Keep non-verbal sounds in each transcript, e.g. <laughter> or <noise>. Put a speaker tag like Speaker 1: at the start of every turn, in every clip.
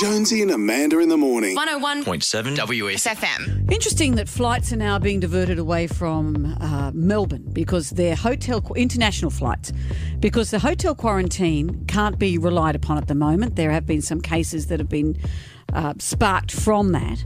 Speaker 1: Jonesy and Amanda in the morning.
Speaker 2: 101
Speaker 3: 101.7 WS.
Speaker 2: FM.
Speaker 4: Interesting that flights are now being diverted away from uh, Melbourne because their hotel international flights, because the hotel quarantine can't be relied upon at the moment. There have been some cases that have been uh, sparked from that.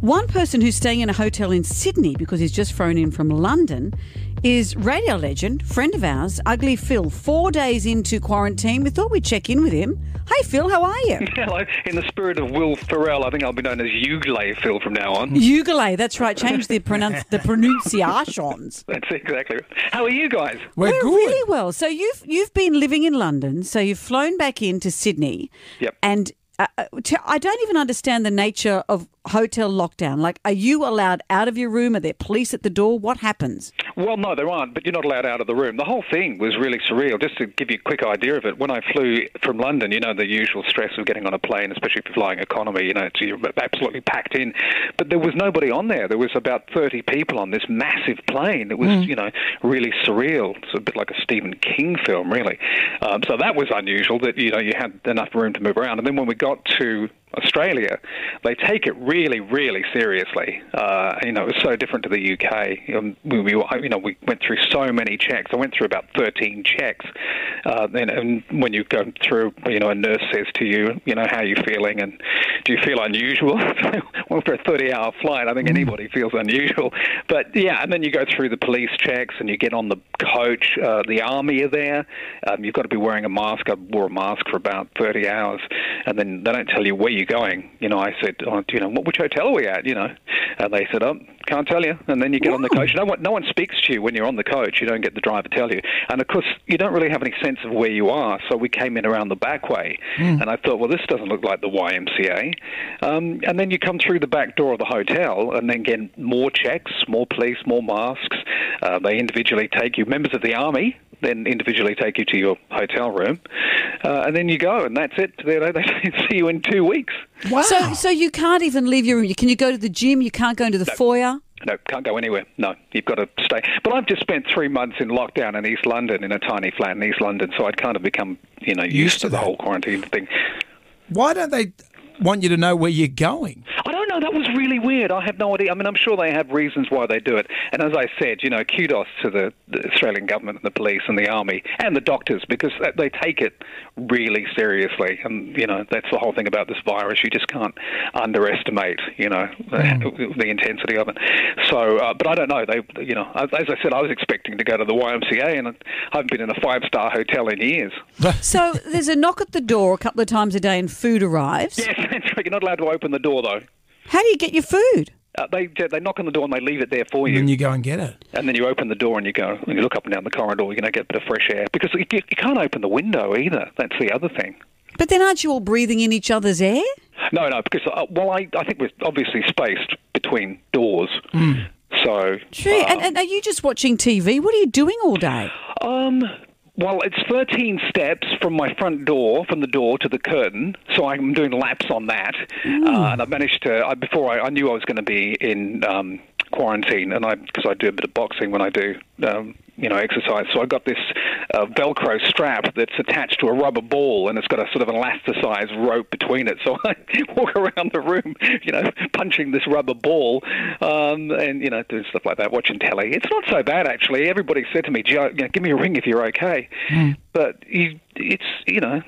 Speaker 4: One person who's staying in a hotel in Sydney because he's just thrown in from London is radio legend, friend of ours, Ugly Phil. Four days into quarantine, we thought we'd check in with him. Hey, Phil, how are you?
Speaker 5: <laughs> Hello. In the spirit of Will Ferrell, I think I'll be known as Uglay Phil from now on.
Speaker 4: Ugalay, that's right. Change the pronounce the pronunciations.
Speaker 5: That's exactly right. How are you guys?
Speaker 4: We're really well. So you've you've been living in London, so you've flown back into Sydney.
Speaker 5: Yep.
Speaker 4: And uh, uh, t- I don't even understand the nature of hotel lockdown. Like, are you allowed out of your room? Are there police at the door? What happens?
Speaker 5: Well, no, there aren't, but you're not allowed out of the room. The whole thing was really surreal. Just to give you a quick idea of it, when I flew from London, you know, the usual stress of getting on a plane, especially if you're flying economy, you know, it's, you're absolutely packed in. But there was nobody on there. There was about 30 people on this massive plane. It was, you know, really surreal. It's a bit like a Stephen King film, really. Um, so that was unusual that, you know, you had enough room to move around. And then when we got to Australia, they take it really, really seriously. Uh, you know, it was so different to the UK. Um, we, we, you know, we went through so many checks. I went through about 13 checks. Uh, and, and when you go through, you know, a nurse says to you, you know, how are you feeling and do you feel unusual? <laughs> well, for a 30 hour flight, I think anybody feels unusual. But yeah, and then you go through the police checks and you get on the coach. Uh, the army are there. Um, you've got to be wearing a mask. I wore a mask for about 30 hours. And then they don't tell you where you you're going? You know, I said, oh, you know, what, which hotel are we at? You know, and they said, oh, can't tell you. And then you get on the coach. No one, no one speaks to you when you're on the coach. You don't get the driver to tell you. And of course, you don't really have any sense of where you are. So we came in around the back way, and I thought, well, this doesn't look like the YMCA. Um, and then you come through the back door of the hotel, and then again, more checks, more police, more masks. Uh, they individually take you. Members of the army then individually take you to your hotel room, uh, and then you go, and that's it. They, <laughs> they see you in two weeks.
Speaker 4: Wow. So so you can't even leave your room. Can you go to the gym? You can't go into the foyer.
Speaker 5: No, can't go anywhere. No, you've got to stay. But I've just spent three months in lockdown in East London in a tiny flat in East London, so I'd kind of become you know used,
Speaker 3: Used
Speaker 5: to,
Speaker 3: to
Speaker 5: the
Speaker 3: that.
Speaker 5: whole quarantine thing.
Speaker 3: Why don't they want you to know where you're going?
Speaker 5: I don't know. That was really weird. I have no idea. I mean, I'm sure they have reasons why they do it. And as I said, you know, kudos to the, the Australian government and the police and the army and the doctors because that- they take it really seriously. And you know, that's the whole thing about this virus. You just can't underestimate, you know, the intensity of it. So, uh, but I don't know. They, you know, as as I said, I was expecting to go to the YMCA, and I haven't been in a five-star hotel in years. <laughs>
Speaker 4: So there's a knock at the door a couple of times a day, and food arrives.
Speaker 5: Yes, that's right. You're not allowed to open the door though.
Speaker 4: How do you get your food?
Speaker 5: Uh, they they knock on the door and they leave it there for you.
Speaker 3: And you go and get it.
Speaker 5: And then you open the door and you go, and you look up and down the corridor, you're going to get a bit of fresh air. Because you, you can't open the window either. That's the other thing.
Speaker 4: But then aren't you all breathing in each other's air?
Speaker 5: No, no, because, uh, well, I, I think we're obviously spaced between doors. So.
Speaker 4: Gee, and, and are you just watching TV? What are you doing all day?
Speaker 5: Um, well, it's 13 steps from my front door, from the door to the curtain, so I'm doing laps on that. Uh, and I managed to, I, before I, I knew I was going to be in um, quarantine, and I, because I do a bit of boxing when I do, um, you know, exercise, so I got this uh, Velcro strap that's attached to a rubber ball, and it's got a sort of an elasticized rope between it. So <laughs> I walk around the room, you know, punching this rubber ball, um, and you know, doing stuff like that, watching telly. It's not so bad actually. Everybody said to me, Joe, you know, "Give me a ring if you're okay," but you, it's you know,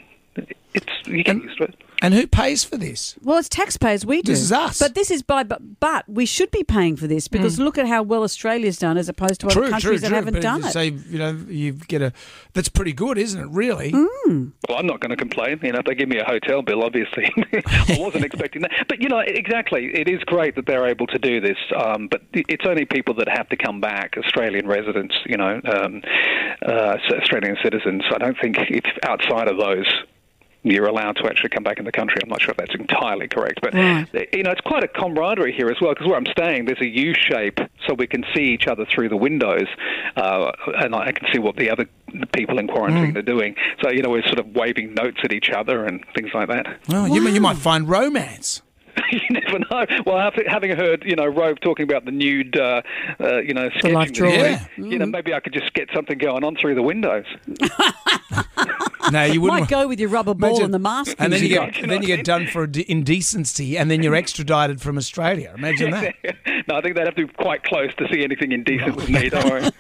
Speaker 5: it's you get used to it.
Speaker 3: And who pays for this?
Speaker 4: Well, it's taxpayers we do.
Speaker 3: This is us. Hmm.
Speaker 4: But this is by but, but we should be paying for this because look at how well Australia's done as opposed to other countries that haven't
Speaker 3: but
Speaker 4: done
Speaker 3: you
Speaker 4: it.
Speaker 3: Say, you know, you get a. That's pretty good, isn't it? Really.
Speaker 4: Hmm?
Speaker 5: Well, I'm not going to complain. You know, if they give me a hotel bill, obviously, <laughs> I wasn't expecting that. But you know, exactly, it is great that they're able to do this. Um, but it's only people that have to come back, Australian residents, you know, um, uh, Australian citizens. I don't think if outside of those. You're allowed to actually come back in the country. I'm not sure if that's entirely correct, but eh, you know it's quite a camaraderie here as well because where I'm staying, there's a U shape, so we can see each other through the windows, uh, and I can see what the other people in quarantine are doing. So you know we're sort of waving notes at each other and things like that. <laughs>
Speaker 3: Well, you, you might find romance.
Speaker 5: you never know. Well, after, having heard you know Rove talking about the nude, uh, uh, you know, sketching
Speaker 4: life
Speaker 5: that
Speaker 4: drawing.
Speaker 5: he did,
Speaker 3: Yeah.
Speaker 5: you know maybe I could just get something going on through the windows.
Speaker 4: <laughs>
Speaker 3: No, you wouldn't.
Speaker 4: Might go with your rubber ball
Speaker 3: Imagine-
Speaker 4: and the mask.
Speaker 3: and then you
Speaker 4: you've
Speaker 3: get then you get done for inde- indecency, and then you're extradited from Australia.
Speaker 4: <laughs>
Speaker 3: Imagine that.
Speaker 5: <laughs> no, I think they'd have to be quite close to see anything indecent with me. Don't worry.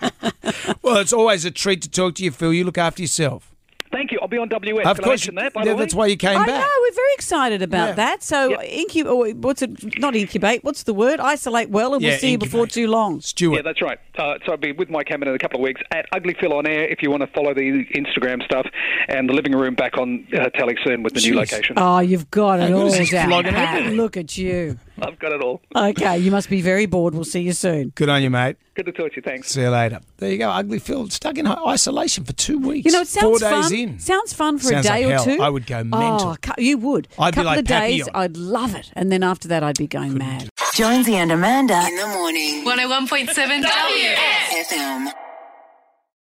Speaker 3: Well, it's always a treat to talk to you, Phil. You look after yourself.
Speaker 5: Thank you. I'll be on WS.
Speaker 3: Of
Speaker 5: Can I
Speaker 3: course,
Speaker 5: mention that, by
Speaker 3: yeah,
Speaker 5: the way?
Speaker 3: that's why you came
Speaker 4: I
Speaker 3: back.
Speaker 4: know we're very excited about
Speaker 3: Yeah.
Speaker 4: that. So
Speaker 5: Yep.
Speaker 4: incub- or what's it? Not incubate. What's the word? Isolate well, and
Speaker 3: Yeah,
Speaker 4: we'll see you before
Speaker 3: incubate.
Speaker 4: too long.
Speaker 3: Stuart.
Speaker 5: Yeah, that's right. Uh, so I'll be with Mike Hammond in a couple of weeks at Ugly Phil on Air if you want to follow the Instagram stuff and the living room back on uh, telly soon with the new
Speaker 3: Jeez. Uh,
Speaker 5: location.
Speaker 4: Oh, you've got it all
Speaker 3: just
Speaker 4: down.
Speaker 3: flogging
Speaker 4: pat.
Speaker 3: everything.
Speaker 4: Look at you.
Speaker 5: I've got it all.
Speaker 4: Okay, you must be very bored. We'll see you soon.
Speaker 3: Good on you, mate.
Speaker 5: Good to talk to you. Thanks.
Speaker 3: See you later. There you go. Ugly Phil stuck in hi- isolation for two weeks.
Speaker 4: You know, it sounds
Speaker 3: four days
Speaker 4: fun.
Speaker 3: in.
Speaker 4: Sounds fun for
Speaker 3: Sounds
Speaker 4: a day
Speaker 3: like hell.
Speaker 4: or two.
Speaker 3: I would go mental.
Speaker 4: Oh, cou- you would.
Speaker 3: I'd be
Speaker 4: couple
Speaker 3: like
Speaker 4: of
Speaker 3: Papillon.
Speaker 4: days, I'd love it, and then after that, I'd be going mad.
Speaker 2: Jonesy and Amanda.
Speaker 6: In the morning.
Speaker 7: 101.7 W.
Speaker 6: FM.